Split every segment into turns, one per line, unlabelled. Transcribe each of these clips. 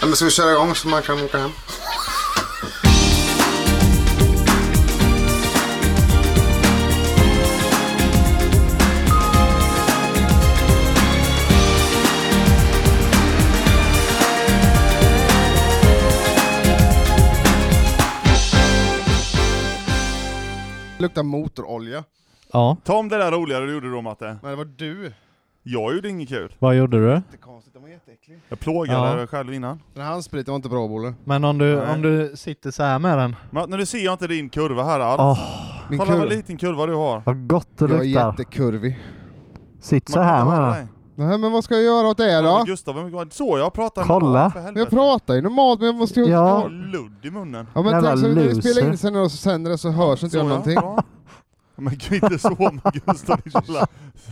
Ja, men ska vi köra igång så man kan åka hem?
Det luktar motorolja.
Ja,
Ta om det där roligare du gjorde då Matte.
Nej, det var du.
Jag gjorde inget kul.
vad gjorde du?
Jättekonstigt, den var jätteäcklig.
Jag plågade
Ja.
dig själv innan.
Den här handspriten var inte bra Bolle.
Men om du,
Nej.
om du sitter så här med den.
Men nu ser jag inte din kurva här alls.
Åh,
Min
Kolla vad
kurv.
liten kurva du har.
vad gott det
Jag är
luktar.
jättekurvig.
Sitt så här med den.
Nej men vad ska jag göra åt det
Ja.
då?
Gustav, vem var det? så jag pratar med
Kolla.
honom, för
Men jag
helvete.
pratar ju normalt men jag måste ju...
Jag
Ja.
har ludd i munnen.
Ja men
Jävla
tack så mycket.
loser.
Spela in sen och så sänder det så hörs inte jag någonting.
Ja. Men gud, inte så med Gustav, din lilla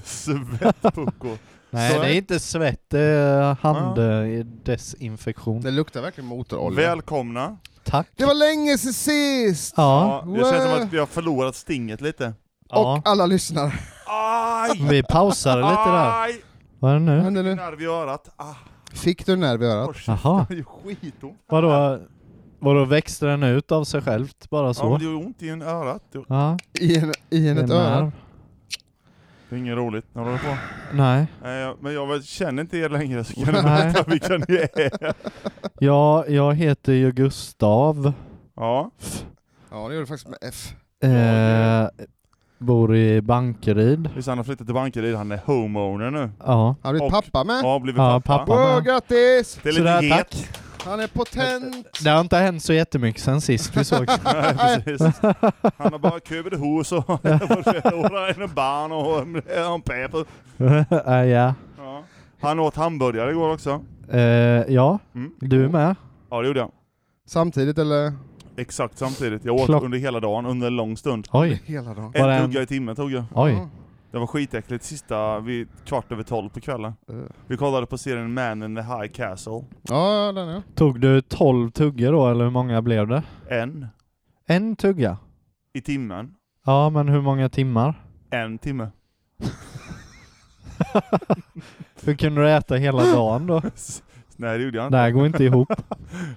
svettpucko.
Nej,
Så
det är
är-
inte svett, det är eh, handdesinfektion.
Det luktar verkligen motorolja.
Välkomna.
Tack.
Det var länge sen sist!
Ja,
Ja, det känns som att vi har förlorat stinget lite.
ja.
Och alla lyssnare.
Aj!
Vi pausade lite där.
Aj!
Vad är det
Vad
nu?
händer nu?
Nerv i örat. Ah,
Fick du en nerv i örat?
kors.
Jaha.
Det gör skitont.
Vadå, vadå växte den ut av sig självt bara
Ja, men
så?
det gör ont i en örat. Det
Ja,
I en, i en ett
det är
öra?
nerv.
det är inget roligt. Jag håller på.
Nej,
Nej, jag- men jag väl- känner inte er längre så kan ni
Nej.
veta vilka ni är.
ja, jag heter ju Gustav.
Ja,
Ja det gör du faktiskt med F.
Eh, bor i Bankeryd.
Lysanne har flyttat till Bankeryd, han är homeowner nu.
Ja,
Han har blivit
Och-
pappa med.
Ja, har blivit
Ja,
pappa.
pappa.
Wow, grattis!
Det är lite
Sådär,
get.
tack.
Han är potent!
Det har inte hänt så jättemycket sen sist vi såg.
Nej, precis. Han har bara köpt ett hus och har en barn och en pepper.
ja, Äh, ja.
Ja. Han åt hamburgare igår också.
Eh, ja,
Mm.
du med.
Ja, det gjorde jag.
Samtidigt eller?
Exakt samtidigt. Jag åt
Klock-
under hela dagen, under en lång stund.
Oj,
Hela dagen.
Var det
En
en-
tugga i timmen tog jag.
oj.
Det var skitäckligt sista vid kvart över tolv på kvällen.
Eh.
Vi kollade på serien Man in the High Castle.
Ja, ja, den är.
Tog du 12 tuggor då, eller hur många blev det?
En
En tugga?
i timmen.
Ja, men hur många timmar?
En timme.
Hur kunde du äta hela dagen då?
Nej det gjorde jag
Det
inte.
här går inte ihop.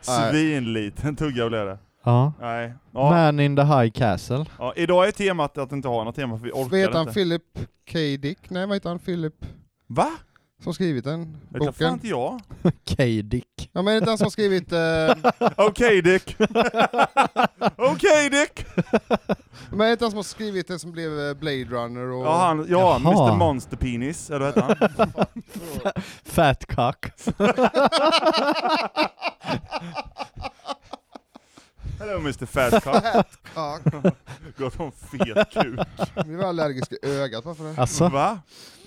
Svinliten tugga blev det.
Ja.
Nej. Ja.
Man in the high castle.
Ja, idag är temat att inte ha något tema för vi
Vad heter
orkar
han?
inte.
Philip K. Dick? Nej vad heter han? Philip
Va?
som skrivit den
Det tar fan
boken?
inte jag.
K-dick.
Ja men är det inte han som skrivit... Eh,
Okej Dick! Okej Dick!
men är det inte han som har skrivit den som blev eh, Blade Runner och...
Ja, han,
Jaha.
ja Mr Monster Penis, eller vad heter han?
Fat cock.
Hello Mr Fatcock.
Ja,
Gott om fet kuk.
vi var allergiska i ögat, varför det?
Alltså,
Va?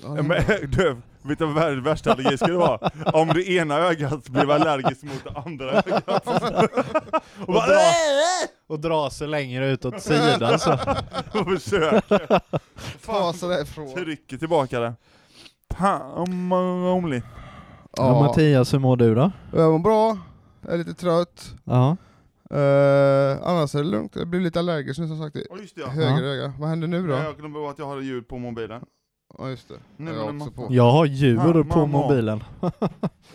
Ja, det-
Men, du, vet du vad världens värsta allergi skulle vara? Om det ena ögat blev allergiskt mot det andra ögat. Och bara,
dra. och dra sig längre ut åt sidan så.
och försöker
Ta sig därifrån.
trycker tillbaka det. Pam, omli.
Ja,
Ja,
Mattias, hur mår du då?
jag mår bra, jag är lite trött.
Ja.
Eh, annars är det lugnt, jag blir lite allergisk nu som sagt i
Ja just det ja.
höger öga. Vad händer nu då?
Jag glömde bara att jag hade ljud på mobilen.
Ja just det, nu
Nu
jag
är det
också på.
Jag har djur
Mamma.
på mobilen.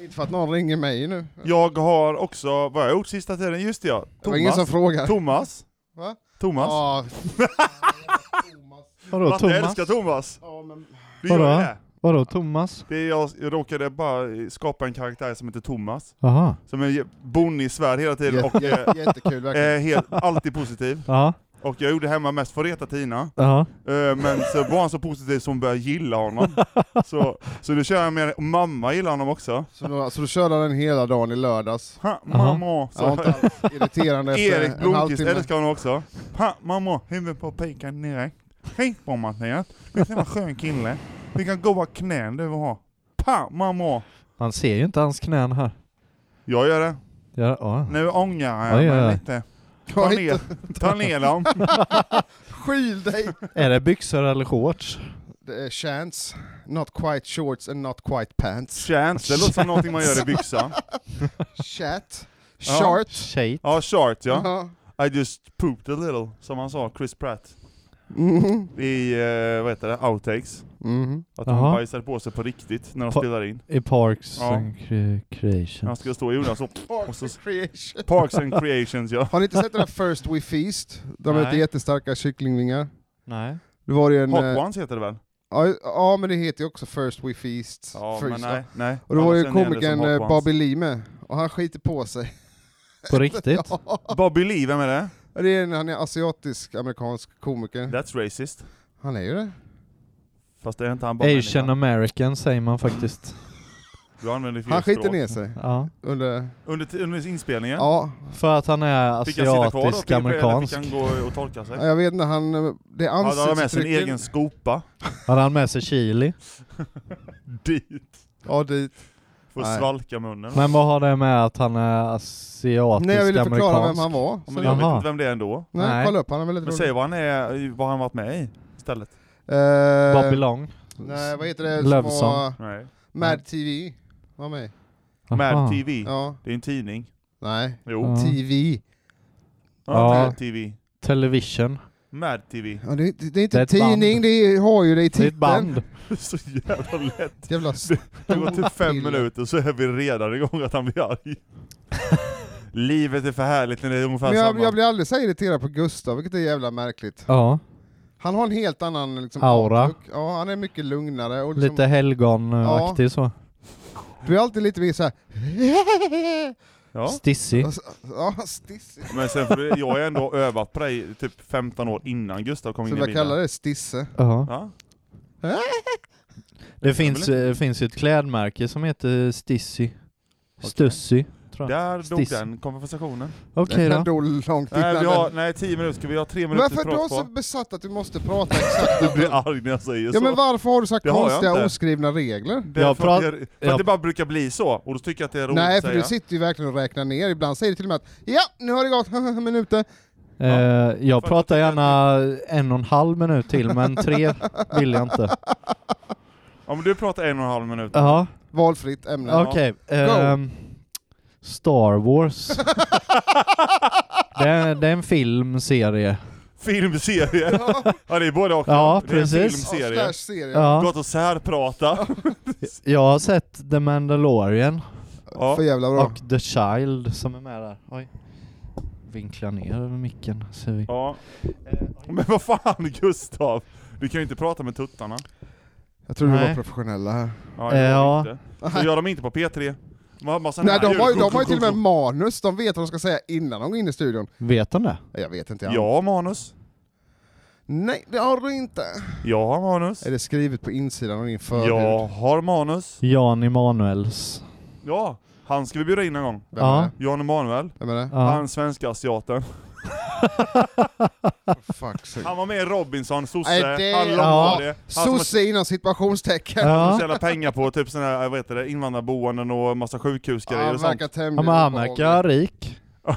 Inte för att någon ringer mig nu.
Jag har också, vad har jag gjort sista tiden? Just det ja,
Det var ingen som
Thomas.
frågar.
Thomas.
Va?
Thomas.
Ja,
Vadå
Matte, Jag
Thomas?
älskar Thomas.
ja, men...
Du gör
Vadå?
det.
Vadå Thomas?
det är jag, jag råkade bara skapa en karaktär som heter Thomas.
Jaha.
Som är bonnig i svär hela tiden och eh,
Jätte, jättekul verkligen.
är helt, alltid positiv.
Ja.
Och jag gjorde hemma mest för att reta Tina.
Ja.
Eh, Men så var han så positiv som hon började gilla honom. Så, så nu kör jag med, och mamma gillar honom också.
Så då, så då körde han den hela dagen i lördags.
Ha,
Aha.
mamma.
Så det var
Så, eh,
inte alls irriterande efter
Erik
en
Blomqvist
halvtimme.
älskar honom också. Ha, mamma, huvudet på piken direkt. Hej på Mattias, vilken jävla skön kille. Vilka goa knän du har. Pa, mamma.
Man ser ju inte hans knän här.
Jag gör det.
Ja, ja.
Nu ångrar jag
Oj,
mig
oj, oj.
lite. Ta
Ja,
ner, ta ner dem.
Skyl dig!
Är det byxor eller shorts?
Det är chance, not quite shorts and not quite pants.
Chance, det låter som någonting man gör i byxan.
Chat,
Ja.
short.
Shit.
Ja, short ja.
Ja.
I just pooped a little, som han sa, Chris Pratt.
Mhm.
i, eh, vad heter det, outtakes.
Mhm.
Att
Jaha.
de bajsade på sig på riktigt när de
Pa- Mm.
spelar in.
I Parks
Ja.
and cre-
Han
Creations.
skulle stå i jorden så, och så
Creation.
Parks and Creations ja.
Har ni inte sett den här First We Feast? De
Nej.
äter jättestarka kycklingvingar.
Nej.
Det var ju en... eh,
Hot Ones heter det väl?
Ja, ja men det heter ju också First We Feast.
Ja,
First,
men nej. nej.
Och då var
Alla
ju
känner igen det
komikern
som Hot
eh,
Ones.
Bobby Lee med, och han skiter på sig.
På riktigt?
Bobby Lee, vem är det?
Det är en, han är asiatisk amerikansk komiker.
That's racist.
Han är ju det.
Fast det är inte han bara
Asian
människa.
American säger man faktiskt.
Du använder fel
Han skiter
språk.
ner sig
Ja.
under...
Under, under inspelningen?
Ja,
För att han är
Fick han sitta kvar då?
asiatisk
Fick- eller
amerikansk.
Fick han gå och torka sig?
jag vet inte, han... eh, Det är
Hade han med sin
ansiktsuttrycken.
egen skopa
Hade han med sig chili?
dit?
Ja, dit.
För att
Nej.
svalka munnen?
Men vad har det med att han är asiatisk
Nej, jag ville förklara vem
amerikansk?
han var.
Ja,
Så,
men jag vet
Jaha.
inte vem det är ändå.
nej,
Nej.
kolla upp, han är väldigt
Men
rolig.
säg vad han är, vad han varit med i istället.
Eh,
Bobby Long?
Nej, vad heter det som
Lövsång.
var...
Nej.
Mad TV. Var med.
Mm.
Aha.
Mad TV.
Ja.
Det är en tidning.
Nej.
Jo.
Ja.
TV.
Ja.
Ja.
Mad TV.
Television?
Mad TV.
Ja, det, det, det är inte
Det är
en
ett band.
tidning, det är, har ju det i
Det är ett
titeln.
band.
Så jävla lätt.
Jävla
Det går till fem
Pille.
minuter så är vi redan igång att han blir arg. Livet är för härligt när det är ungefär
Men jag,
samma.
jag blir alldeles så irriterad på Gustav, vilket är jävla märkligt.
Ja.
Han har en helt annan liksom,
Aura.
outlook. Ja, han är mycket lugnare och liksom,
Lite helgonaktig så.
du är alltid lite mer såhär...
Ja.
Stissig.
Och så- Ja, stissig.
Men sen, för det- jag har ju ändå övat på dig i typ 15 år innan Gustav kom
Så
in i
jag
bilden.
kallar det stisse.
Ja.
Ja.
Det finns, eh, finns ju ett klädmärke som heter Stissy. Stussy, tror jag.
Där dog
Stiss.
den konversationen.
Okej
det
då.
här dog långt
Nej, vi
innan
har,
den.
nej, 10 minuter ska vi ha 3 minuter
Varför är du
prat
så
på.
besatt att du måste prata exakt?
Du blir arg när jag säger
Ja
så.
men varför har du så här
Det har jag
konstiga
inte.
oskrivna regler?
Det är
Jag
för, att
pra-
jag, för att
jag-
det bara brukar bli så, och då tycker jag att det är roligt
Nej
att
för
säga.
du sitter ju verkligen och räknar ner, ibland säger du till och med att ja, nu har det gått minuter.
Eh, jag
Fan,
pratar
jag tycker
gärna en och en halv minut till, men tre vill jag inte.
Ja men du pratar en och en halv minut.
Ja,
Valfritt ämne.
Ja.
okej. Ehm, Star Wars. det, är, det är en film, serie.
Filmserie! ja det är både och.
Ja,
det är en
precis.
Ja,
filmserie.
slash serie.
Ja,
Gått och särprata.
jag har sett The Mandalorian
Ja.
För jävla bra.
och The Child som är med där. Oj. Vinkla ner över micken. Ser vi. Eh,
ja. Men vad fan Gustav! Du kan ju inte prata med tuttarna.
Jag tror vi var
Nej.
professionella här.
Ja, det gör
Ja.
de inte. Så gör de inte på P3. De har massa
Nej, de
närljud.
har, ju- de har ju
Guck,
till och med
guck,
manus, de vet vad de ska säga innan de går in i studion.
Vet han det?
Jag vet inte.
guck. Ja, manus.
Nej, det har du inte.
Jag har manus.
Är det skrivet på insidan av din förhud?
Jag har manus.
Jan Emanuels.
Ja, han ska vi bjuda in en gång.
Vem
Ja.
är det?
Jan Emanuel.
Vem är det?
Ja.
Han svenska asiaten.
Oh, Fuck sake.
Han var med i Robinson, sosse,
Nej, det-
han långhårig. Han som har
Sosse inom situationstecken.
Ja.
så jävla pengar på typ såna här, vad heter det, invandrarboenden och massa sjukhusgrejer
Han
och sånt.
verkar
Ja,
tämligen
men han
obehaglig.
verkar rik. Han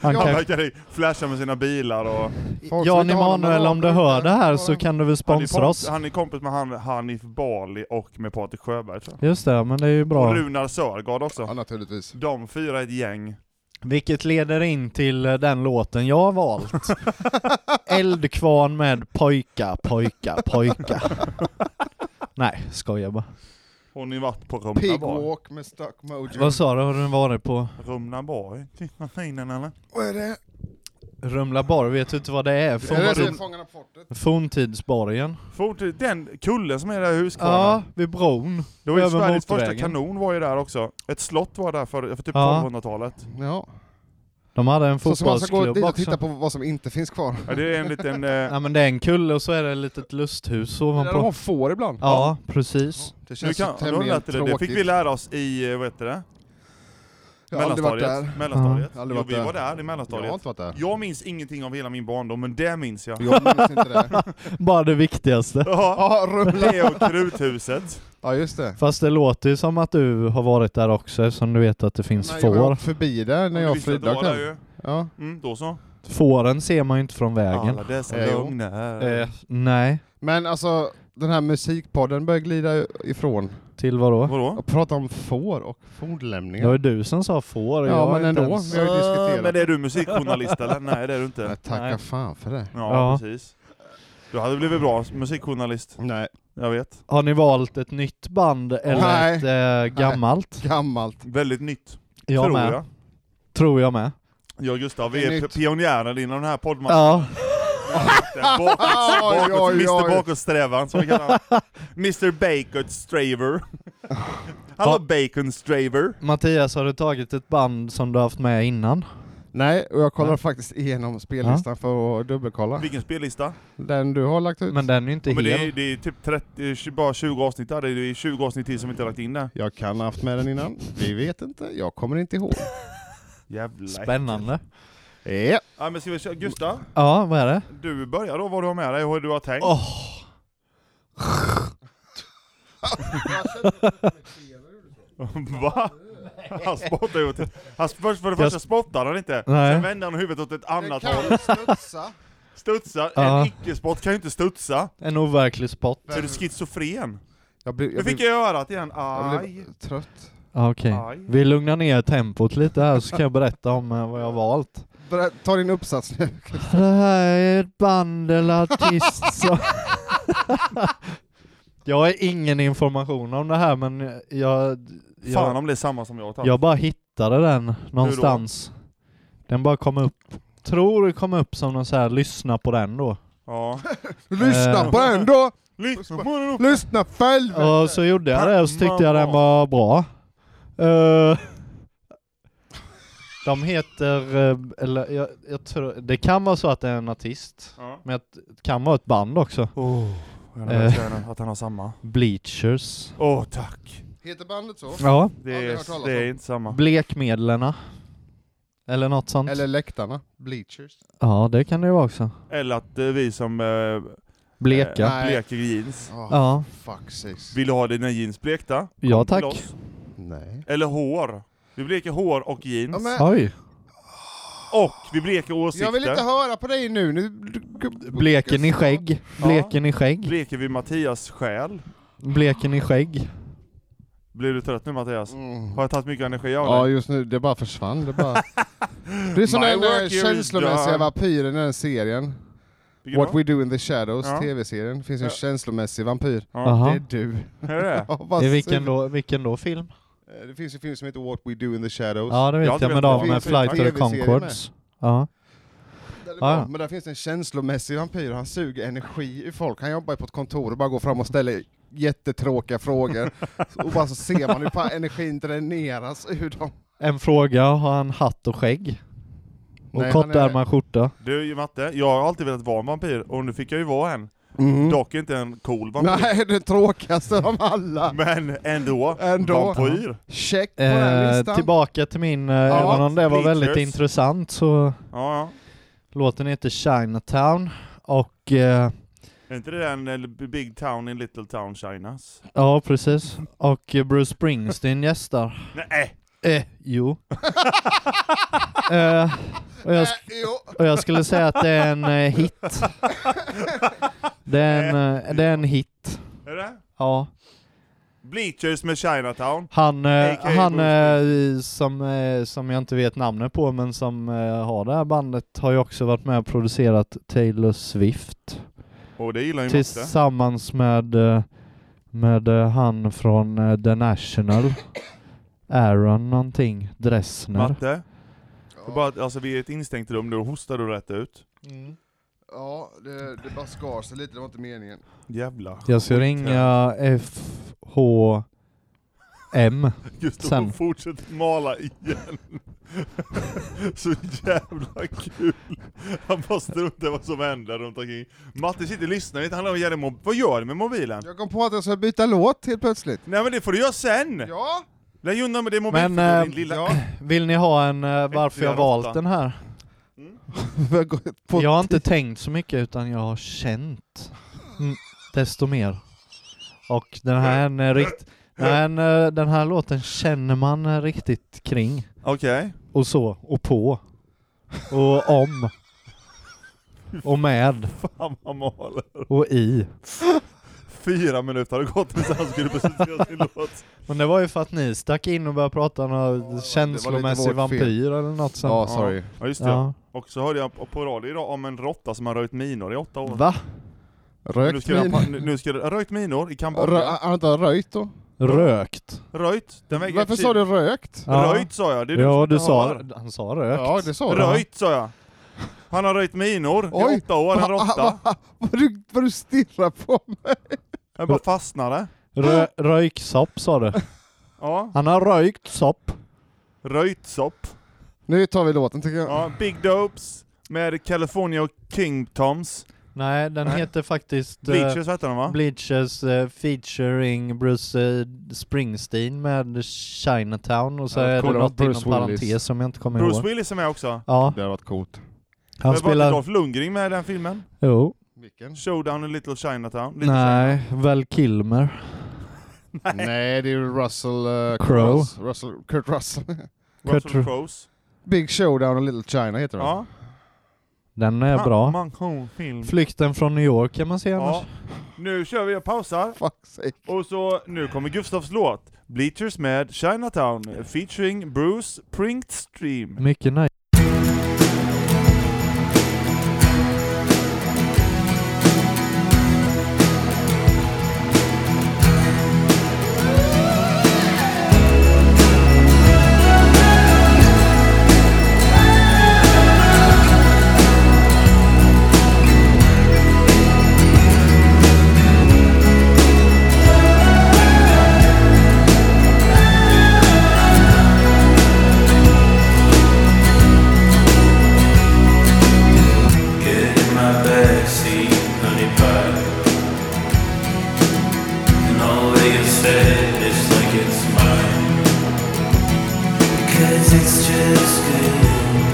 Han
kan,
verkar flasha med sina bilar och...
Folk som
Jan
inte har någon
Emanuel, om du hör det här så
Ja.
kan du väl
Han är,
sponsra
komp-
oss?
han är kompis med han, Hanif Bali och med Patrik Sjöberg tror jag.
Just det, men det är ju
Och
bra.
Runar Sörgard också.
Ja, naturligtvis.
De fyra är ett gäng.
Vilket leder in till eh, den låten jag har valt. Eldkvarn med pojka, pojka, pojka. Nej, skojar bara.
Mm.
Har ni varit på Rumna
Pig
Bar?
walk med stuck mojo.
Vad sa du, har du varit på
Rumna Bar? Titta finen eller?
Vad är det?
Rumla bar? Vet du inte vad det är?
Fan,
är
vad
det
Forn-
dum-
till Fångarna på fortet?
Forntidsborgen?
Fort, den kullen som är där i Huskvarna.
Ja, vid bron.
det var ju
över
Sveriges första
motorvägen.
kanon var ju där också. Ett slott var där för, för typ
Ja.
1200-talet.
Ja.
De hade en
Så som man ska gå
fotbollsklubb
dit och
också.
titta på vad som inte finns kvar.
Ja, det är en liten... Eh,
Ja men det är en kulle och så är det ett litet lusthus
Där de
ovanpå.
har får ibland.
Ja, precis.
Det
nu
känns
kan,
kan,
nu
tämligen
lät det,
tråkigt.
det fick vi lära oss i, eh, vad heter det?
Jag har aldrig varit där.
Mellanstadiet.
Ja, aldrig
jo,
varit
vi
där.
var där i
Jag
mellanstadiet.
har inte varit där.
Jag minns ingenting av hela min barndom, men det minns jag.
Jag minns inte det.
Bara det viktigaste.
Ja,
Ja, rulla.
det och kruthuset.
Ja, just det.
Fast det låter ju som att du har varit där också eftersom du vet att det finns
Nej, jag
får.
var förbi där när
Om du
jag
visste att det var där
fridagsdagen.
ju.
Ja.
Mm, då så.
Fåren ser man ju inte från vägen.
Alla dessa
Eh, jo.
lögner.
eh, nej.
Men alltså, den här musikpodden börjar glida ifrån.
Till vadå?
Vadå?
Och prata om får och
Det var
fornlämningar.
ju du som sa får.
Ja,
jag har
men
inte
ändå.
ens-
Vi har ju diskuterat.
men är du musikjournalist eller? Nej det är du inte.
Nej, tacka
Nej.
fan för det.
Ja,
Ja.
precis. Du hade blivit bra musikjournalist.
Nej,
Jag vet.
Har ni valt ett nytt band eller
Nej.
ett eh, gammalt?
gammalt.
Väldigt nytt.
Jag
tror
med.
jag.
Tror jag med.
Jag och Gustav, vi
Det är
är
nytt.
pionjärer inom den här poddmatchen.
Ja.
Bakåt,
Oj,
bakåt,
oj,
Mr
oj.
Bakåtsträvan som vi kallar han. Mr Bacon Straver.
Va?
Hallå Bacon Straver.
Mattias, har du tagit ett band som du har haft med innan?
Nej, och jag kollar faktiskt igenom spellistan för att dubbelkolla.
Vilken spellista?
Den du har lagt ut.
Men den är ju inte
Ja, men det, är,
hel.
det är typ 30, tj- bara 20 avsnitt där, det är 20 avsnitt till som vi inte har lagt in där.
Jag kan ha haft med den innan. Vi vet inte. Jag kommer inte ihåg.
Jävlar.
Spännande.
Ja.
Ja, men ska vi köra? Gustav,
Ja, vad är det?
du börjar då vad du har med dig och hur du har tänkt.
Åh.
Va? Han spottar ju åt... Han, först, för det
Jag-
första spottar han inte,
Nej.
sen vänder han huvudet åt ett annat håll.
studsa.
Studsar. En
Ja.
icke-spott kan ju inte studsa.
En overklig spot.
Så är du schizofren?
Jag blev,
Nu
jag
fick
blev,
jag i örat igen.
jag
Aj.
blev trött.
Ja, Okej.
Aj.
Vi lugnar ner tempot lite här så kan jag berätta om eh, vad jag har valt.
Berä- Ta din uppsats nu.
Det här är ett band eller artist som... jag har ingen information om det här men jag...
Fan alltså.
jag,
om det är samma som jag har tagit.
jag bara hittade den någonstans. Den bara kom upp. Tror det kom upp som någon så här, lyssna på den då.
Ja.
Lyssna
Eh.
på den då!
Lyssna på den då.
Lyssna själv!
Och så gjorde jag det och så tyckte jag den var bra. Eh, de heter, eh, eller jag, jag tror, det kan vara så att det är en artist.
Ja.
Men att- det kan vara ett band också.
Oh, jag
Eh.
vet att han har samma.
Bleachers.
Åh oh, tack.
Heter bandet så?
Ja.
Det
Aldrig
är,
hört talas
det är
om.
inte samma.
Blekmedlarna. Eller något sånt.
Eller Läktarna? Bleachers?
Ja, det kan det ju vara också.
Eller att eh, vi som eh,
Bleka.
eh, bleker jeans.
Oh,
Ja.
Fuck sakes.
Vill du ha dina jeans blekta?
Ja
Kom till
tack.
oss.
Nej.
Eller hår. Vi bleker hår och jeans.
Ja, men-
Oj.
Och vi bleker åsikter.
Jag vill inte höra på dig nu. nu du- du-
Bleker ni skägg? Bleker ni skägg?
Bleker vi Mattias själ?
Bleker ni skägg?
Blir du trött nu Mattias?
Mm.
Har jag tagit mycket energi av
Ja
dig?
just nu, det bara försvann. Det, bara... det är som
My
den
work
eh,
here is
känslomässiga
done.
vampyren i den serien.
Vilken
What
då?
we do in the shadows,
Ja.
tv-serien. finns en
Ja.
känslomässig vampyr.
Ja.
Jaha.
Det är du.
Är det det?
Ja, vad
I vilken
sur-
då, vilken då film?
Eh, Det finns en film som heter What we do in the shadows.
Ja det
Jag
vet
hade
jag, men
velat
de
vara
med
med.
Flight of the
TV-serie
Conchords. Ja.
Där det
Ja,
var-
ja.
Men där finns det en känslomässig vampyr, han suger energi ur folk. Han jobbar ju på ett kontor och bara går fram och ställer jättetråkiga frågor. och bara så ser man hur fan energin dräneras ur dem.
En fråga, har han hatt och skägg? Och
Nej,
kortärmad skjorta?
Du Matte, jag har alltid velat vara en vampyr och nu fick jag ju vara en.
Mm.
Dock inte en cool vampyr.
Nej, det tråkigaste av alla.
Men ändå,
Ändå.
vampyr.
Check på den här
Eh,
listan.
tillbaka till min, eh,
Ja,
även om det var
Bleachers.
väldigt intressant så
Ja,
låten heter Chinatown och eh,
ja. Är inte det den eh, Big Town in Little Town Chinas?
ja precis, och eh, Bruce Springsteen gästar.
Nej!
Eh, jo. eh, och, jag, sk-
Eh, jo.
och jag skulle säga att det är en eh, hit. Det är en, eh, det är en hit.
Är det?
Ja.
Bleachers med Chinatown.
Han, eh,
A.k.a.
han
Bruce
eh, som, eh, som jag inte vet namnet på men som eh, har det här bandet har ju också varit med och producerat Taylor Swift
Och det gillar ju Matte.
tillsammans med, eh, med eh, han från eh, The National, Aaron någonting, Dressner.
Matte, det är bara, att- alltså, vi är i ett instängt rum nu och hostar du rätt ut.
Ja, det, det bara skar sig lite, det var inte meningen.
Jävlar.
Jag ska ringa FHM.
Just då,
sen.
hon fortsätter mala igen. Så jävla kul. Han bara struntar i vad som händer runt omkring. Matte sitter och lyssnar inte, han har gärna mob- Vad gör du med mobilen?
Jag kom på att jag ska byta låt helt plötsligt.
Nej men det får du göra sen!
Ja!
Lägg undan med det mobilen
Men,
din
eh,
lilla...
ja.
Vill ni ha en eh, varför jag valt den här?
på
jag har inte tänkt så mycket utan jag har känt mm, desto mer. Och den här, en, eh, rikt, den, här en, eh, den här låten känner man eh, riktigt kring.
Okej.
Och så, och på. Och om. Och med.
Fan vad maler.
Och i.
Fyra minuter har gått tills han skulle presentera sin låt.
Men det var ju för att ni stack in och började prata om någon känslomässig
vårt fel.
vampyr eller något sånt.
Ja, sorry.
Ja just det.
Ja.
Och så hörde jag på på radio idag om en råtta som har röjt minor i åtta år.
Va?
nu
Rökt
ska han, pa-
min...
nu- nu ska det, rökt minor i
Rö-
Kambodja.
har han inte röjt då?
Rökt.
Röjt. Den väger
Varför
ett
sa
kilo.
du rökt?
Ja.
Röjt sa jag. Det är
Ja,
som
du
inte
sa,
hör.
han sa rökt.
Ja, det sa du.
Röjt sa jag. Han har röjt minor i
Oj.
åtta år, han är råtta.
Vad du, vad du stirrar på mig!
Jag bara fastnade.
Rö, röjksopp sa du.
Ja.
Han har röjkt sopp.
Röjt sopp.
Nu tar vi låten tycker jag.
Ja, Big Dopes med California Kingtoms.
Nej, den
Nej.
heter faktiskt... eh,
Bleachers hette den va?
Bleachers eh, featuring Bruce eh, Springsteen med Chinatown och så
Ja,
är det
coola
något
Bruce
inom parentes
Willis.
som jag inte kommer
Bruce
ihåg.
Willis är med också.
Ja,
Det har varit coolt.
han
Men var inte
spelar...
Dolph Lundgren med i den filmen?
Jo.
Vilken?
Showdown in Little Chinatown? Little
Nej, Val Kilmer.
Nej, det är ju Russell... eh,
Crowe.
Russ- Russell, Kurt Russell.
China- Russell
Kurt-
Crowes.
Big Showdown och Little China heter den.
Ja.
Den är bra.
Man, man, film.
Flykten från New York kan man säga
Ja.
annars.
Nu kör vi, jag pausar.
Fuck sake.
Och så, nu kommer Gustavs låt. Bleachers med Chinatown featuring Bruce Springsteen.
Mycket nice.
Get in my backseat, honey pie. And all that you said is like it's mine. Because it's just good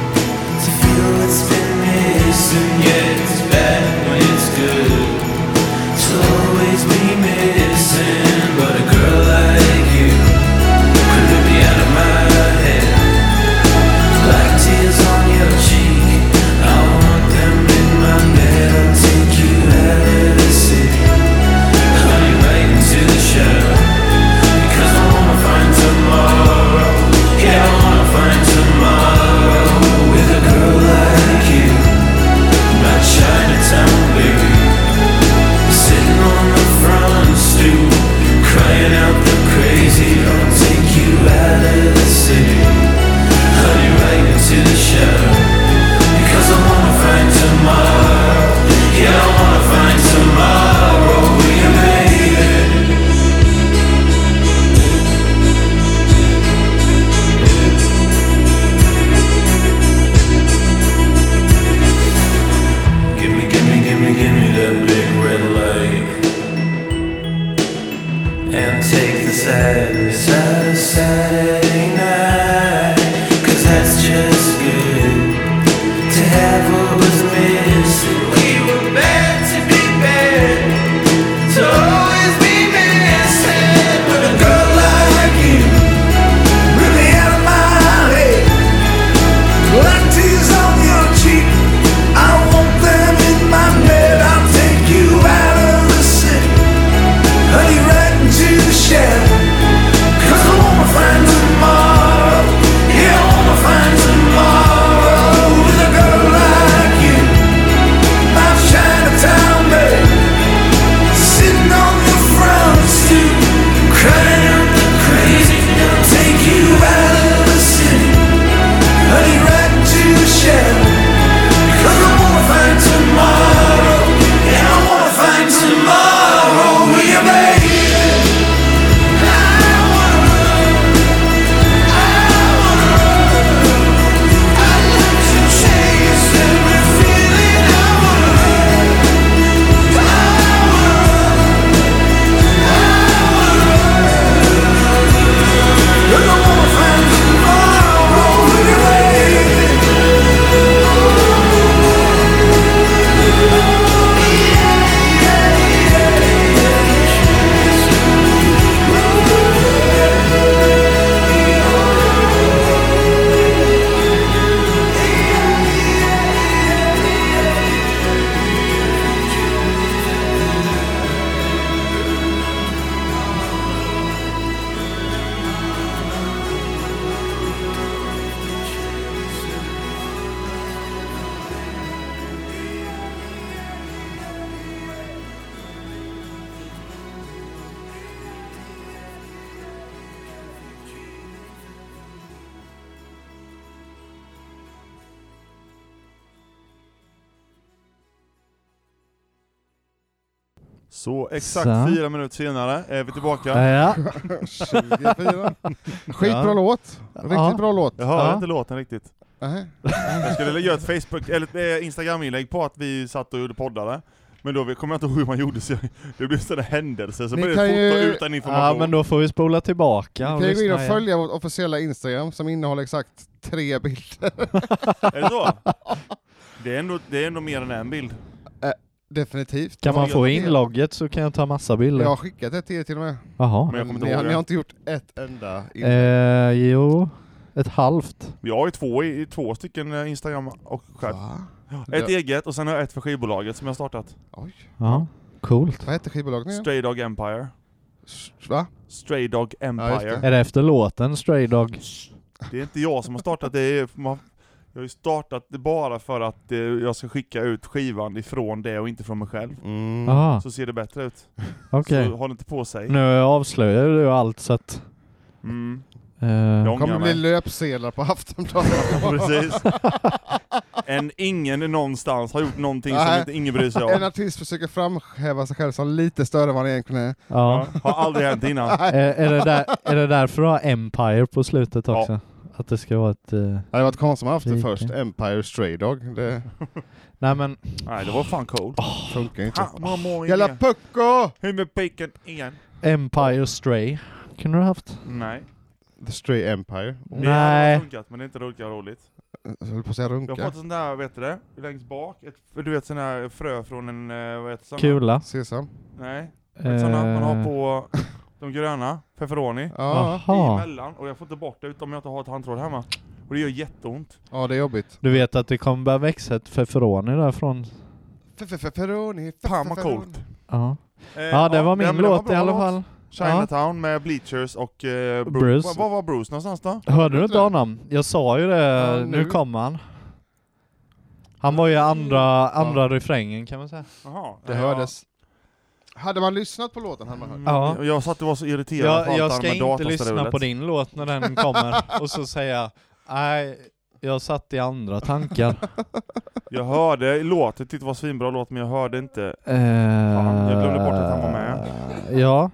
to feel it's been missing. Yeah, it's bad when it's good. She'll always be missing. But a girl like you could rip me out of my head. Like tears on your cheek. I want them in my bed. I'll take you out of the city. Honey, right into the shadow. Because I wanna find tomorrow. Yeah, I wanna find tomorrow. With a girl like you. My Chinatown baby. Sitting on the front stoop. Crying out the crazy. I'll take you out of the city. Honey, right into the shadow. Because I wanna find tomorrow. Yeah, I wanna find tomorrow. We can make it. Gimme, gimme, gimme, gimme that big red light. And take the sadness out of Saturday night. Cause that's just good to have what was missing. We were bad to be bad, to always be missing. But a girl like you, really out of my head. Like tears on your cheek, I want them in my bed. I'll take you out of the city, honey, right into the shadow. Cause I wanna find tomorrow.
Så exakt
Så.
fyra minuter senare är vi tillbaka.
Ja.
24. Skitbra
Ja.
låt. Riktigt
Ja.
bra låt.
Jag hörde
Ja.
inte låten riktigt.
Nej.
Jag skulle göra ett Facebook, eller ett eh, Instagram-inlägg på att vi satt och gjorde poddare. Men då kommer jag inte ihåg hur man gjorde, så jag, det blev sådana händelser, så
Ni
blev det
kan
ett foto
ju-
utan
ja,
information.
men då får vi spola tillbaka
Kan
och
ju gå in
lyssna
och
igen.
följa vårt officiella Instagram som innehåller exakt tre bilder.
Är det så? Det är, ändå, det är ändå mer än en bild.
Definitivt.
Kan man få in
det?
logget så kan jag ta massa bilder.
Jag har skickat ett till er till och med.
Jaha.
Men jag kommer inte
ni, har,
ihåg
ni
det.
har inte gjort ett enda inlägg.
Eh, jo, ett halvt.
Jag har ju två, i- två stycken eh, Instagram och själv.
Va?
Ett
Ja.
eget och sen har jag ett för skivbolaget som jag har startat.
Oj.
Ja, coolt.
Vad hette skivbolaget nu igen?
Stray Dog Empire.
S- Va?
Stray Dog
Ja, just
Empire.
det.
Är det efter låten Stray Dog?
det är inte jag som har startat det, är, man, jag har ju startat det bara för att eh, jag ska skicka ut skivan ifrån det och inte från mig själv.
Jaha,
Mm, Så ser det bättre ut.
okej.
Så håll inte på sig.
Nu avslöjar du allt så att...
Mm.
Eh,
Jag
kommer
ångrar
bli
mig.
löpsedlar på Aftonbladet.
Precis. En ingen någonstans har gjort någonting som
Nej.
inte, ingen bryr sig
en
om.
artist försöker framhäva sig själv som lite större än vad han egentligen är.
ja.
Har aldrig hänt innan.
Är, är, det där, är det därför du har Empire på slutet
Ja.
också? Att det ska vara ett... eh,
Det hade varit konstigt om han haft det
Rike.
först, Empire Stray Dog. Det
Nej men,
Nej, det var fan coolt.
funkar ju inte.
Ha, mamma
Jävla
igen.
pucko!
Hur med bacon igen?
Empire Stray kunde du haft.
Nej.
The Stray Empire.
Det hade
Nej.
funkat, men det är inte lika roligt.
Jag höll på att säga
Jag
runka.
har fått sån där, vet du det? Längst bak, ett, du vet sån där frö från en, eh, vad heter såna?
Kula. Eh,
Sesam.
Nej, ett sånt där man har på de gröna, pepperoni.
Ja.
Jaha.
Emellan, och jag får inte bort det utom jag inte har ett handtråd hemma. Och det gör jätteont.
ja, det är jobbigt.
Du vet att det kommer börja växa ett feferoni därifrån?
Pepperoni,
Fan vad coolt.
Ja.
Eh,
Ja, det var min
men det
låt
bra
i alla
låt.
fall.
Chinatown med Bleachers och eh, Bruce.
Bruce.
Var, var var Bruce någonstans då?
Hörde du inte
det?
honom? Jag sa ju det,
Ja,
nu.
nu.
kom han. Han var ju andra, andra refrängen kan man säga.
Jaha.
Det
ja.
hördes. Hade man lyssnat på låten hade man hört.
Mm,
Ja.
och Jag satt och var så irriterad
Jag,
på allt
jag
det här
ska
med
inte lyssna
datastrulet.
på din låt när den kommer och så säga nej, jag satt i andra tankar.
Jag hörde låten, tyckte det var svinbra låt, men jag hörde inte Fan, jag glömde bort att han var
med. Eh, Ja.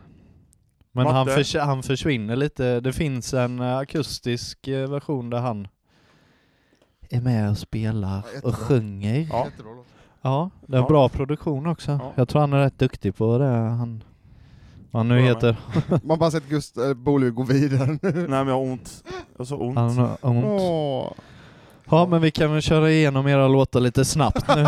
Men han,
Matte?
förs- han försvinner lite. Det finns en eh, akustisk eh, version där han är med och spelar
Ja, jättebra.
och sjunger.
Ja.
Jättebra låt.
Ja, det är en
Ja.
bra produktion också.
Ja.
Jag tror han är rätt duktig på det han, vad han nu
Tror jag
heter.
Man har bara sett Gust äh, Bolund gå vidare nu.
Nej men jag har ont. Jag har så ont.
Han har ont.
Åh.
Ja, men vi kan väl köra igenom era låtar lite snabbt nu.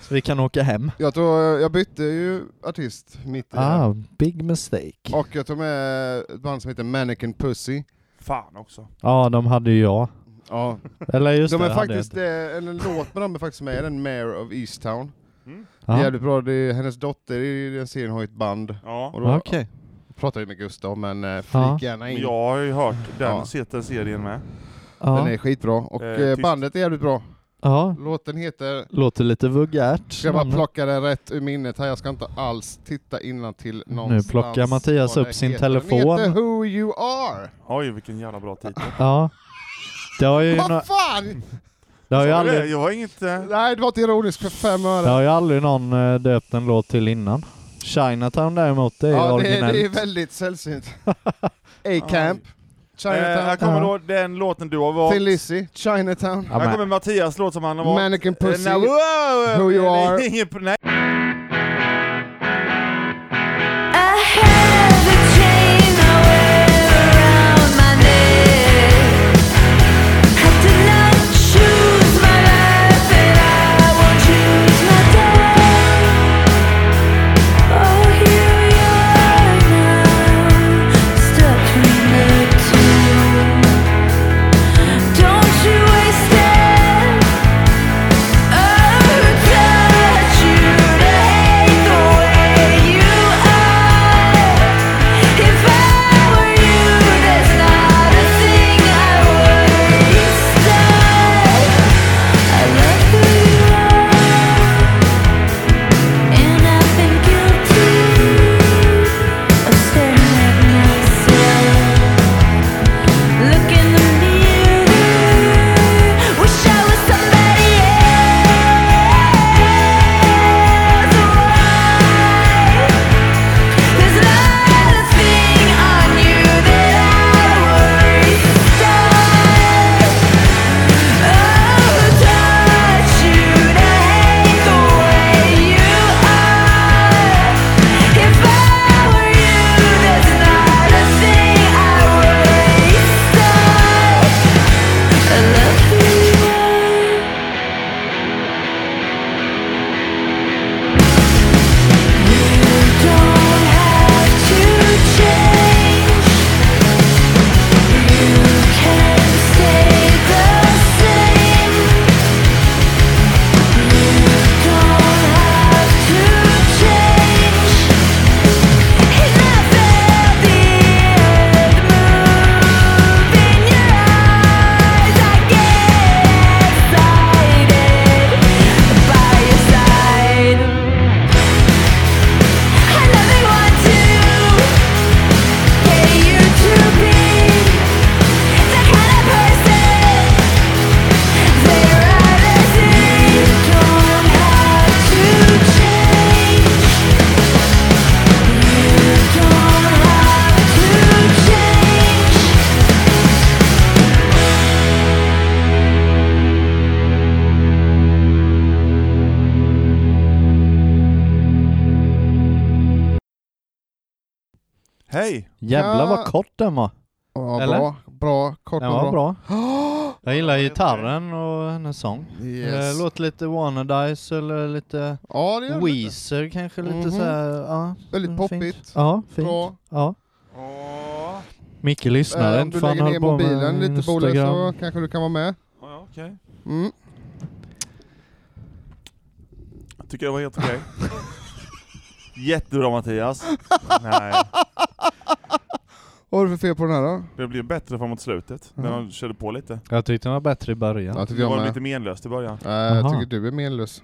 så vi kan åka hem.
Jag tror, eh, jag bytte ju artist mitt i det här.
Ah, big mistake. Ja,
Och jag tog med ett band som heter Mannequin Pussy.
Fan också.
de hade ju jag.
Ja.
Eller just
De
det,
är
hade
faktiskt,
jag.
det är en låt med dem är faktiskt med i den, Mayor of Easttown.
Ja.
Jävligt bra, det är, hennes dotter i den serien har ju ett band.
Ja.
Och
Okej.
då pratar jag med Gustav, men äh, flik
Ja.
gärna
Men
in.
jag har ju hört den,
Ja.
sett den serien med.
Den
Ja.
är skitbra, och
Eh,
eh,
tyst.
bandet är jävligt bra.
ja,
Låten heter
låter lite vulgärt.
Ska jag bara
namnet.
plocka det rätt ur minnet här, jag ska inte alls titta innan till någonstans.
plockar Mattias
vad det
upp sin
heter.
telefon.
Den heter Who You Are!
Oj vilken jävla bra titel.
Ja. Det har ju, no-
Vad fan!
det har ju
Sa du det?
aldrig,
Jag har inget... eh,
Nej, det var inte ironiskt för fem
det
öre.
har ju aldrig någon eh, döpt en låt till innan. Chinatown däremot, det är
Ja, det, är-
originellt.
det är väldigt sällsynt. A-Camp,
Eh, här
Chinatown,
kommer
Ja.
då den låten du har valt.
Thin Lizzy, Chinatown,
Ja,
Här
men-
kommer Mattias låt som han har valt.
Mannequin Pussy,
Eh, now- wow,
Who You
det är
Are.
Ingen, nej.
I have a chain I wear around my neck. I did not choose my life, and I won't choose my death. Oh, here we are now, stuck in the tomb. Don't you waste it? Oh, touch you. Oh,
Hej!
Jävlar
Ja.
vad kort den var.
Ja,
Eller?
bra, bra, kort
Den
och
var
bra.
bra.
Oh,
Jag gillar gitarren och hennes sång.
yes.
Det låter lite Wannadies eller lite
Ja, det gör det.
Weezer kanske lite
Mhm.
så här, ja.
Väldigt
fint.
poppigt.
Ja, fint.
Bra.
Ja. Micke lyssnar
Eh, om
inte,
du
för han
lägger ner
höll på med
mobilen lite Bolle så
Instagram.
kanske du kan vara med.
Ja, ja, okej.
Mm.
Jag tycker det var helt okej. Jättebra Mattias. Nej,
Vad har du för fel på den här då?
det blev bättre framåt slutet. När de körde på lite.
Jag tyckte den var bättre i början.
Ja,
Det
tycker jag
var
med.
lite menlöst i början.
Eh, jag
Aha.
tycker du är menlös.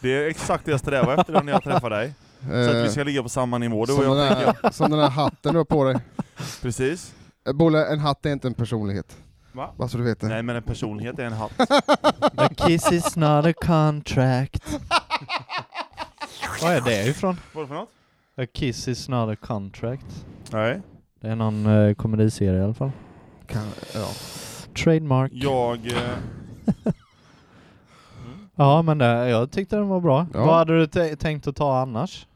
Det är exakt det jag strävar efter när jag träffar dig. Så
Eh,
att vi ska ligga på samma nivå du och
som, den
jag.
här, som den här hatten du har på dig.
Precis.
Eh, Bolle, en hatt är inte en personlighet.
Va?
Bara så du vet det.
Nej men en personlighet är en hatt.
A kiss is not a contract. Vad är det ifrån?
Vad är det för något?
A kiss is not a contract.
Nej.
Det är någon eh, komediserie i alla fall.
Kan, ja.
Trademark.
Jag... Eh,
Ja men det, jag tyckte den var bra.
Ja.
Vad hade du te- tänkt att ta annars?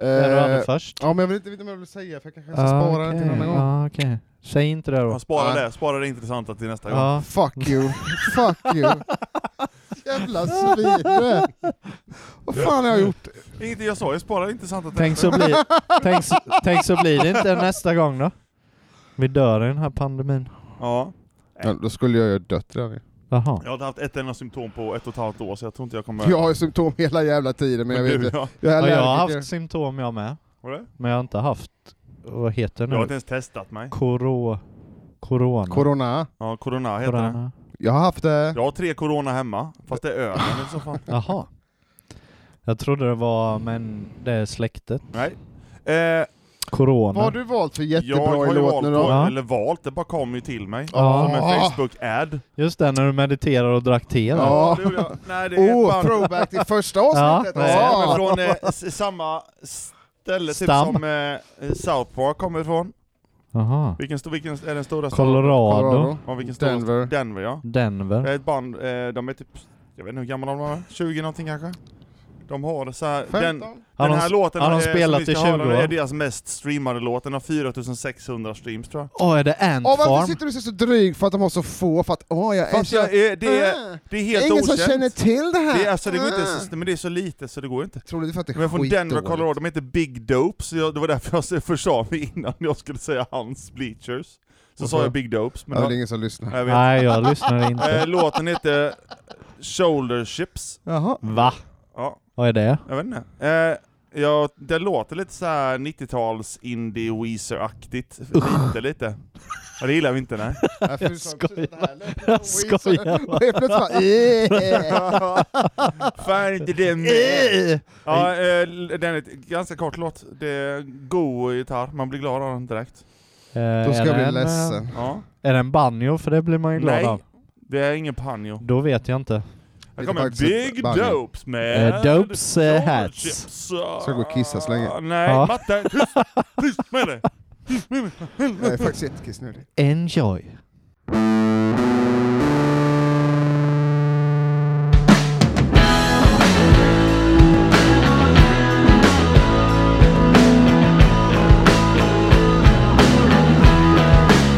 Det du hade
Eh,
först?
ja, men jag vet inte vad jag vill säga för jag kanske ska spara den till
Okej,
någon gång.
ja, okej. Säg inte det då.
jag sparar
Nej.
det, spara det intressanta till nästa gång.
Ja.
Fuck you, fuck you. Jävla svin du är. Vad fan har jag gjort?
Ingenting jag sa, jag sparar det intressanta till
Tänk, så bli, tänk, så, tänk så blir det inte nästa gång då. Vi dör i den här pandemin.
Ja.
Ja, då skulle jag ju ha dött redan. ju.
Jaha.
Jag har haft ett enda symptom på ett och ett halvt år så jag tror inte jag kommer...
Jag har ju symptom hela jävla tiden men jag vet
du,
inte.
ja.
Jag är
Ja, jag har
allergiker.
haft symptom jag med.
Var det?
Men jag har inte haft, vad heter det
Jag har
nu?
inte ens testat mig.
Koro... Corona.
Corona.
Ja, corona heter det.
Corona.
Jag har haft det.
Jag har tre corona hemma, fast det är ölen eller så fan.
Jaha. Jag trodde det var, men det är släktet.
Nej. Eh,
Corona.
Vad har du valt för
jag
jättebra
har
i
ju
låt
valt,
nu
på-
då?
Ja.
eller valt, det bara kom ju till mig.
Ja.
Som en
Ah.
Facebook-ad.
Just det, när du mediterar och drack te där.
Ja.
det gjorde jag. Nej, det är
Oh,
ett band.
throwback till första avsnittet!
Ja.
Ja, men
Ja.
från eh, s- samma ställe
Stam.
typ som eh, South Park kommer ifrån.
Jaha.
Vilken, sto- vilken är den stora staden?
Colorado.
Colorado.
Ja, vilken stor
Denver.
Denver ja. Det
Denver.
är ett band, eh, de är typ, jag vet inte hur gamla de är, 20 någonting kanske? De har så här, den,
15?
Har
den
de-
här låten
har de
eh,
spelat
som vi
i
ska höra,
20
det är
år?
deras mest streamade låt, den har 4600 streams tror jag.
Åh, är det Ant
Åh, varför
Farm?
sitter du och ser så dryg för att de har så få? För att åh, jag är
Fast
så...
jag, eh, det, är,
Ah.
det är
Det
helt
är ingen
okänt.
som känner till det här! Ah.
det är, alltså, det går inte, ens- men det är så lite så det går inte.
Tror du för att det är
De är från Denver,
skitdåligt.
Colorado, de heter Big Dopes, så jag, det var därför jag så- försa mig innan jag skulle säga hans bleachers. Så sa
Varför?
jag Big Dopes, men
Ja, det är
det,
ingen som lyssnar.
jag vet.
Nej, jag lyssnar inte.
Eh, låten heter Shoulder Chips.
Jaha.
Va?
Ja,
Vad är det?
Jag vet inte. Eh, ja, det låter lite så här 90-tals indie Weezer-aktigt. Lite, lite. Ja, det gillar vi inte, nej.
Jag
Jag skojar
Och helt plötsligt bara "Eh."
Fan inte det med.
bara.
Ja, eh, den är ett ganska kort låt. Det är god gitarr, man blir glad av den direkt.
Eh,
Då ska jag
är det
bli
en,
ledsen.
Ja.
eh, Är det en banjo? För det blir man ju glad
Nej,
av.
det är ingen panjo.
Då vet jag inte.
Här
Det är
kommer
faktiskt ett
Big
banjo.
Dopes med...
Eh, Dopes, eh,
Shoulder
hats.
Chips.
Ska gå och kissa så länge.
Nej,
Ja.
Matte! Tyst! Tyst med dig!
Jag är faktiskt jättekissnödig.
Enjoy.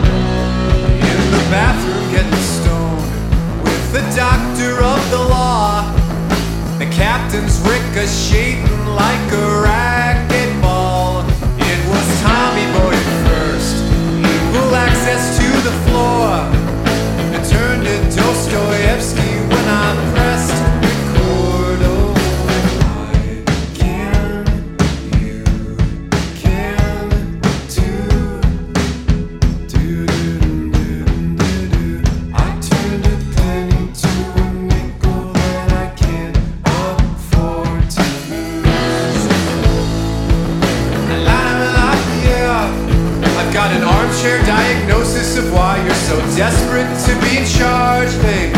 In the bathroom, getting stoned with the doctor of the law. The captain's ricocheting like a racquetball. It was Tommy Boy at first, equal access to the floor. I turned to Dostoevsky when I pressed record. Oh, I can, you can too. I turned a penny to a nickel that I can't afford to lose. La la la, yeah. I've got an armchair diagnosis of why you're so desperate to be in charge, babe.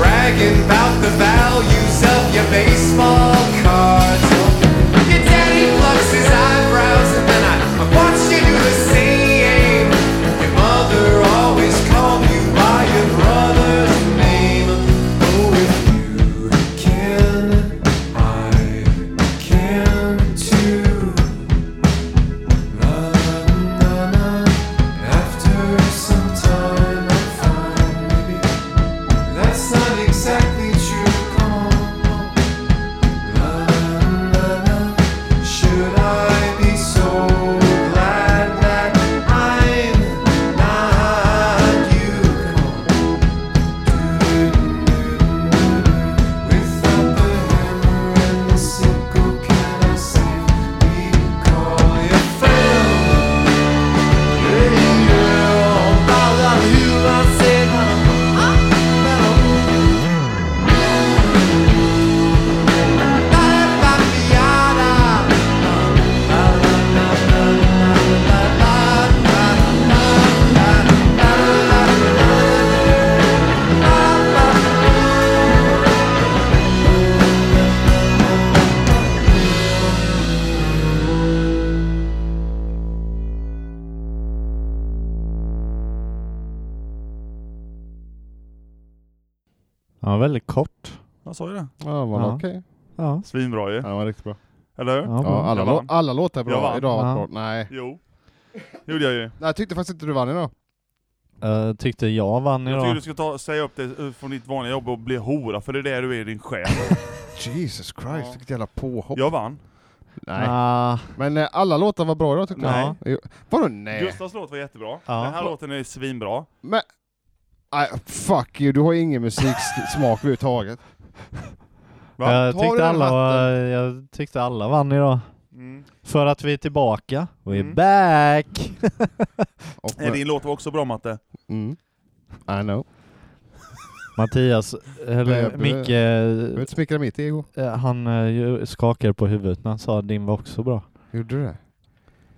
Bragging about the values of your baseball cards. Your daddy plucks his eyebrows and then I, I watch you do the same. Your mother always called you by your brother's name. Oh, if you can, I can too. La, la,
Ja, väldigt kort.
Jag sa ju det.
Ja, var
Ja.
okej.
Ja.
Svinbra ju.
Ja, var riktigt bra.
Eller hur?
Ja,
Ja,
bra.
alla,
Jag
lå-
vann.
alla låtar är
Jag
bra.
vann.
Idag var
Ja.
bra. Nej.
Jo. gjorde jag ju.
Nej, Jag tyckte faktiskt inte du vann idag.
Eh, tyckte jag vann
Jag tycker du
idag.
ska ta, säga upp dig eh, från ditt vanliga jobb och bli hora, för det är där du är i din själ.
Jesus Christ,
Ja.
vilket jävla påhopp.
Jag vann.
Nej.
Ah,
Men eh, alla låtar var bra idag tyckte
Nej.
jag. Jo. Vadå nej?
Gustavs låt var jättebra.
Ja.
Den här låten är svinbra.
Men... Nej, fuck you, du har ingen musiksmak överhuvudtaget.
Va?
jag,
Ta
tyckte
den här
alla, var- jag tyckte alla vann idag.
Mm.
För att vi är tillbaka. We're
Mm.
back!
Och-
Nej, Eh, din låt var också bra Matte.
Mm. I know.
Mattias, eller
Bebe.
Micke,
Du
eh,
behöver inte smickra mitt ego.
eh, han eh, ju- skakade på huvudet när han sa att din var också bra.
Gjorde du det?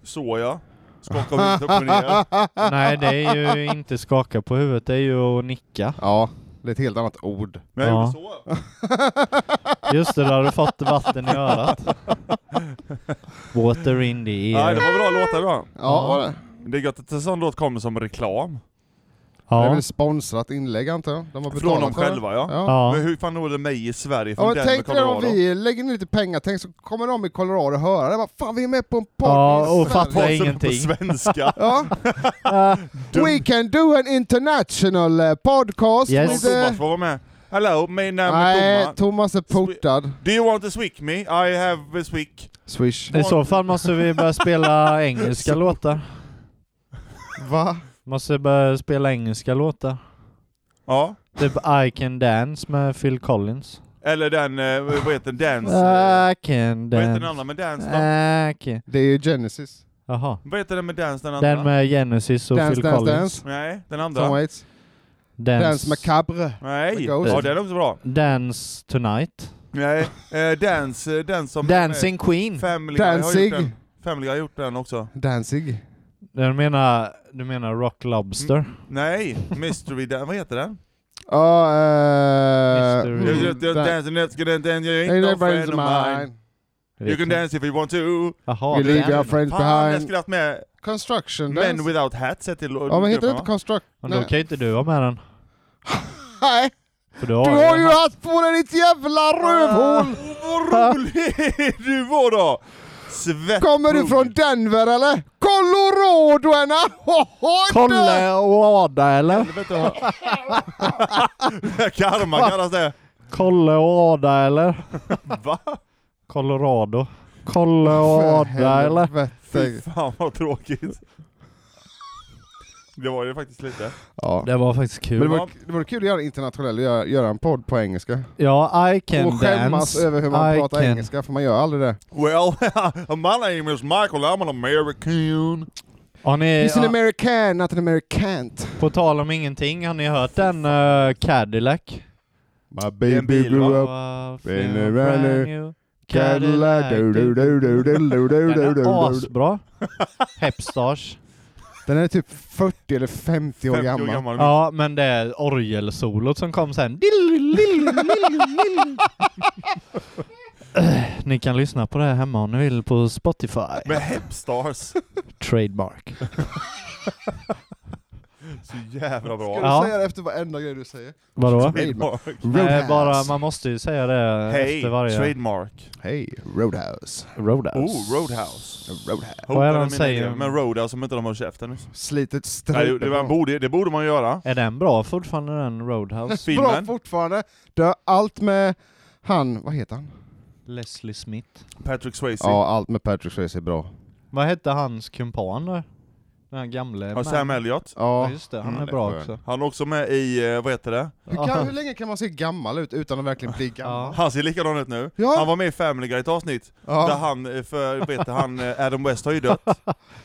Så ja. Skaka av huvudet upp och ner.
Nej, det är ju inte skaka på huvudet, det är ju att nicka.
Ja, det är ett helt annat ord.
Men jag
Ja.
gjorde så.
Just det, då har du fått vatten i örat. Water in the
Nej, det
ear.
var bra låtar idag.
Ja, var det?
Det är gött att en sån låt kommer som reklam.
Det är
Ja,
väl sponsrat inlägg antar jag? De har
Från
betalat
dem
för det.
själva ja.
Ja.
ja.
Men hur fan når det mig i Sverige
Ja,
från
men
Denver,
tänk dig om
Colorado?
vi lägger ner lite pengar, tänk så kommer de i Colorado och höra det. Bara, Fan vi är med på en podd
Ja,
i Sverige."
och fattar
Vad som är
ingenting.
På svenska.
Ja. We can do an international eh, podcast
Yes.
Och
with... eh,
Thomas får vara med. Hello, my name is
Nej,
Thomas.
Thomas är portad.
Do you want to swick me? I have a swick.
Swish.
I så fall måste vi börja spela engelska låtar.
Va?
Måste börja spela engelska låtar.
Ja.
Typ I can dance med Phil Collins.
Eller den, eh, vad heter den? Dance. eh,
I can
Vad heter den
dance.
andra med Dance då?
I can...
Det är ju Genesis.
Jaha.
Vad heter den med Dance, den andra?
Den med Genesis och
Dance,
Phil
dance,
Collins.
dance.
Nej, den
Tom
andra.
Waits.
Dance,
Dance Macabre.
Nej,
The Ghost.
ja den är också bra.
Dance Tonight.
Nej, eh, Dance, eh, den som...
Dancing Queen.
eh, Family
Dancing.
Guy har gjort den. Family Guy har gjort den också.
Danzig.
Du menar, du menar Rock Lobster?
Mm. Nej, Mystery Dan, vad heter den?
Ja, eh...
Mystery.
You
Mm,
just- just
Dan-
dance and let's get it, and you ain't no
Everybody's
friend of mine.
mine.
You can dance if you want to.
Jaha,
You leave
den.
your friends
Fan, jag
behind.
skulle haft med
Construction
Men
dance.
without hats heter lo-
Ja men heter
gruppen,
det inte
va?
Construct?
Men då kan ju inte du vara med den.
Nej,
För du
du
har,
har ju haft på dig ditt jävla rövhål!
Åh, Ah, Vad rolig du var då! Svett
Kommer du från Denver eller? Colorado henne!
Kolla och Ada eller?
Karma kallas det.
Kolla och Ada eller?
Va?
Colorado. Kolla och Ada eller?
Fy fan vad tråkigt. Det var ju faktiskt lite.
Ja.
Det var faktiskt
Men det
kul.
vore, det vore kul att göra internationellt, göra, göra en podd på engelska.
Ja, I can
och skämmas
dance.
över hur man
I
pratar
can.
engelska, för man gör aldrig det.
Well, my name is Michael, I'm an American.
Har ni,
He's an American, not an American.
på tal om ingenting, har ni hört den eh, Cadillac?
My
är en bil, grew va?
in a brand
new Cadillac. Den är asbra. Hepstars.
Den är typ 40 eller 50 år
50 år
gammal.
gammal.
Ja, men det är orgelsolot som kom sen. Ni kan lyssna på det här hemma om ni vill på Spotify.
Med hepstars.
Trademark.
Så jävla
Ska
bra.
du
Ja.
säga det efter varenda grej du säger?
Vadå?
Trademark.
Nej, bara,
Roadhouse.
man måste ju säga det
Hej,
efter varje...
trademark.
Hej, Roadhouse.
Roadhouse.
Oh, Roadhouse.
Roadhouse.
Vad är det
Hotade
han
mina
säger?
grejer Med Roadhouse som inte de har käften.
Slitet
Nej,
strupen.
det, man borde, det borde man göra.
Är den bra fortfarande den Roadhouse?
Bra
Filmen.
fortfarande. Du har allt med han, vad heter han?
Leslie Smith.
Patrick Swayze.
Ja, allt med Patrick Swayze är bra.
Vad hette hans kumpan där? Den här gamle...
Ja, Sam Elliot.
Ja
Ja.
just det, han
Mm,
är
det
bra
är skön.
också.
Han är också med i, eh, vad heter det?
Hur, kan, hur länge kan man se gammal ut utan att verkligen bli gammal?
Han ser likadan ut nu.
Ja.
Han var med i Family Guy ett avsnitt, där
Ja,
han, eh, för, vet du, han, eh, Adam West har ju dött.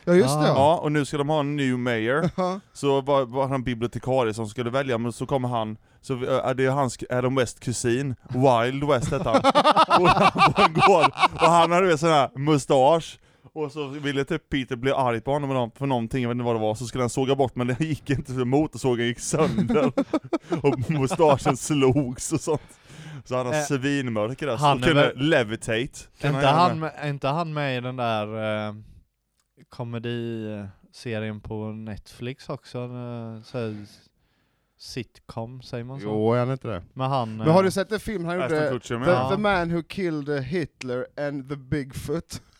ja just det. Ja.
Ja, och nu ska de ha en ny mayor.
Ja.
Så var, var han bibliotekarie som skulle välja, men så kommer han, så eh, det är hans Adam West kusin, Wild West hette han. och han på en gård, och han hade en sån här mustasch. Och så ville typ Peter bli arg på honom nå- för någonting, jag vet inte vad det var, så skulle han såga bort men det gick inte för motorsågen gick sönder. och mustaschen slogs och sånt. Så han har
Eh,
svinmörker där,
han
så
är
kunde
väl-
levitate.
Är
Kan
inte,
göra
han
med.
med, är inte han med i den där eh, komediserien på Netflix också? En, eh, så här, sitcom, säger man så?
Jo, är han inte det? Äh,
Med han... eh,
Men har du sett en film han
Ashton
gjorde?
Kutcher
The,
med.
Ja.
the man who killed Hitler and the Bigfoot.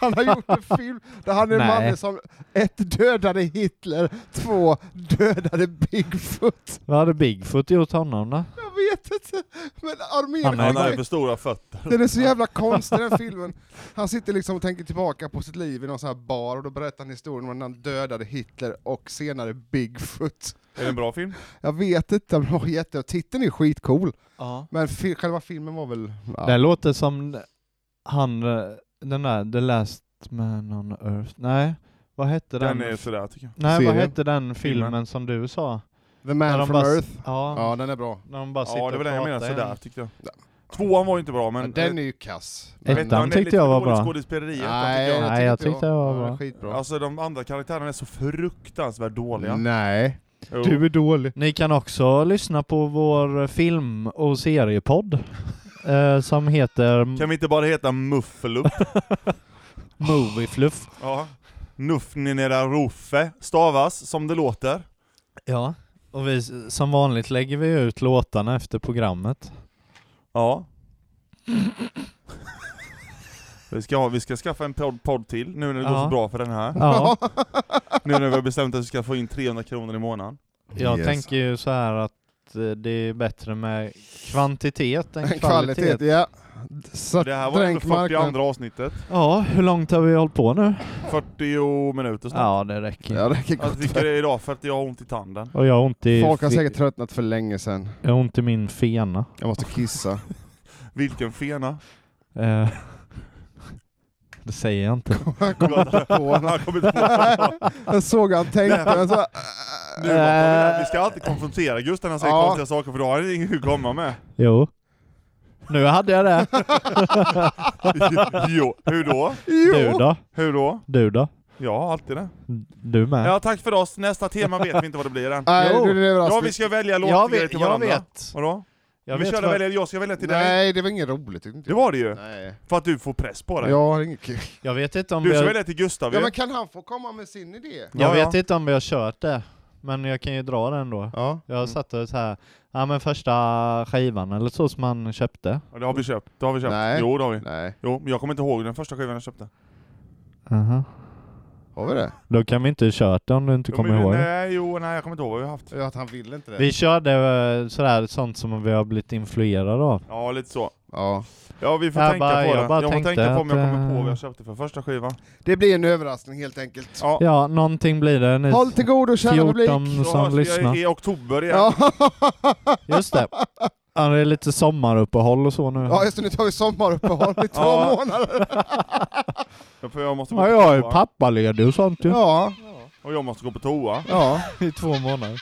Han har gjort en film där han är
Nej.
mannen som ett dödade Hitler, två dödade Bigfoot.
Vad hade Bigfoot gjort honom då?
Jag vet inte, men
Han
armén...
Han har ju för stora fötter.
Den är så jävla konstig den filmen. Han sitter liksom och tänker tillbaka på sitt liv i någon sån här bar och då berättar han historien om när han dödade Hitler och senare Bigfoot.
Är det en bra film?
Jag vet inte, men den var jätte... Titeln är skitcool,
Ja.
men fi- själva filmen var väl... Ja.
Det låter som han, eh, den där The Last Man on Earth. Nej, vad hette den?
Den är sådär tycker jag.
Nej,
Serien.
vad hette den filmen,
Filmen.
som du sa?
The
När
Man
de
from
bara-
Earth.
Ja,
Ja, den är bra.
när de bara sitter
Ja, det var
och
den jag
pratar.
menade, sådär
igen.
tyckte jag. Tvåan var ju inte bra men... eh,
Men den är ju kass.
men-
Ettan
men det är
tyckte
lite
jag var
dåligt
bra.
skådespeleri, ettan
Nej,
tycker jag.
Nej, jag tyckte det var
Ja,
bra.
den är skitbra.
Alltså de andra karaktärerna är så fruktansvärt dåliga.
Nej.
Jo.
är dålig.
Ni kan också lyssna på vår film och seriepodd. eh, som heter
Kan vi inte bara heta Muffelup?
Movie Fluff.
ja. Nuffninera Ruffe stavas som det låter.
Ja. Och vi, som vanligt lägger vi ut låtarna efter programmet.
Ja. Vi ska, ha, vi ska skaffa en podd, podd till nu när det går
Ja.
så bra för den här.
Ja,
Nu när vi har bestämt att vi ska få in 300 kronor i månaden.
jag
Yes.
tänker ju så här att eh, det är bättre med kvantitet än kvalitet.
Kvalitet, ja. Så
Det här var ändå
dränk marknaden.
42 avsnittet.
Ja, hur långt har vi hållit på nu?
40 minuter snart.
Ja, det räcker.
Ja, det kan
Jag dricker det Alltså, idag för att jag har ont i tanden.
Och jag har ont i,
Folk har
fe-
säkert tröttnat för länge sedan.
jag har ont i min fena.
Jag måste kissa.
Vilken fena.
Eh, det säger jag inte.
Han kom inte på
Han har
den.
kommit på.
Jag såg han tänkte, "Äh, men så...
Nu, bara, vi ska alltid konfrontera Gustav när han säger
Ja.
konstiga saker för då har han inget att komma med.
Jo. Nu hade jag det.
Jo, hur då?
Du
Jo!
då?
Hur då?
Du då?
Ja, alltid det.
Du med?
Ja, tack för oss. Nästa tema vet vi inte vad det blir än.
Nej,
Jo.
du är
Ja, alltså, vi
överraskad.
ska välja
jag
låtgrejer
vet.
till
Jag
varandra.
vet.
Vadå?
Jag
vi
vet
körde
vad-
välja, jag ska välja till dig.
Nej, det var inget roligt. tyckte inte
Det
jag.
var det ju.
Nej.
För att du får press på dig.
Jag har inget kul.
Jag vet inte om
Du
vi
ska
har...
välja till Gustav
Ja,
ju.
men kan han få komma med sin idé?
Jag
Ja, ja.
vet inte om vi har kört det. Men jag kan ju dra den då.
Ja.
Mm.
Jag satte det så här. Ja men första skivan eller så som man köpte.
Ja, det har vi köpt. Det har vi köpt.
Nej.
Jo, det har vi.
Nej.
Jo, men jag kommer inte ihåg den första skivan jag köpte.
Aha.
Har vi det?
Då kan vi inte köra det om du inte
Jo,
kommer
men-
ihåg.
Nej, jo, nej, jag kommer inte ihåg vad vi har haft.
Ja, att han ville inte det.
Vi körde eh, sådär sånt som vi har blivit influerade av.
Ja, lite så.
Ja.
Ja, vi får
Jag
tänka
bara-
på
jag
det.
bara
Jag får
tänkte
tänka på om jag
att,
kommer på
eh,
vad jag köpte för första skivan.
Det blir en överraskning helt enkelt.
Ja.
Ja, någonting blir det. Ni...
Håll till godo kära
14
publik!
som
Då hörs vi
lyssnar.
i oktober igen.
Ja.
Just det. Ja, det är lite sommaruppehåll och så nu.
ja just det, nu tar vi sommaruppehåll i två
Ja.
månader.
För jag måste gå
Ja,
på
jag är
toa.
pappaledig och sånt ju.
Ja,
Och jag måste gå på toa.
ja.
I två månader.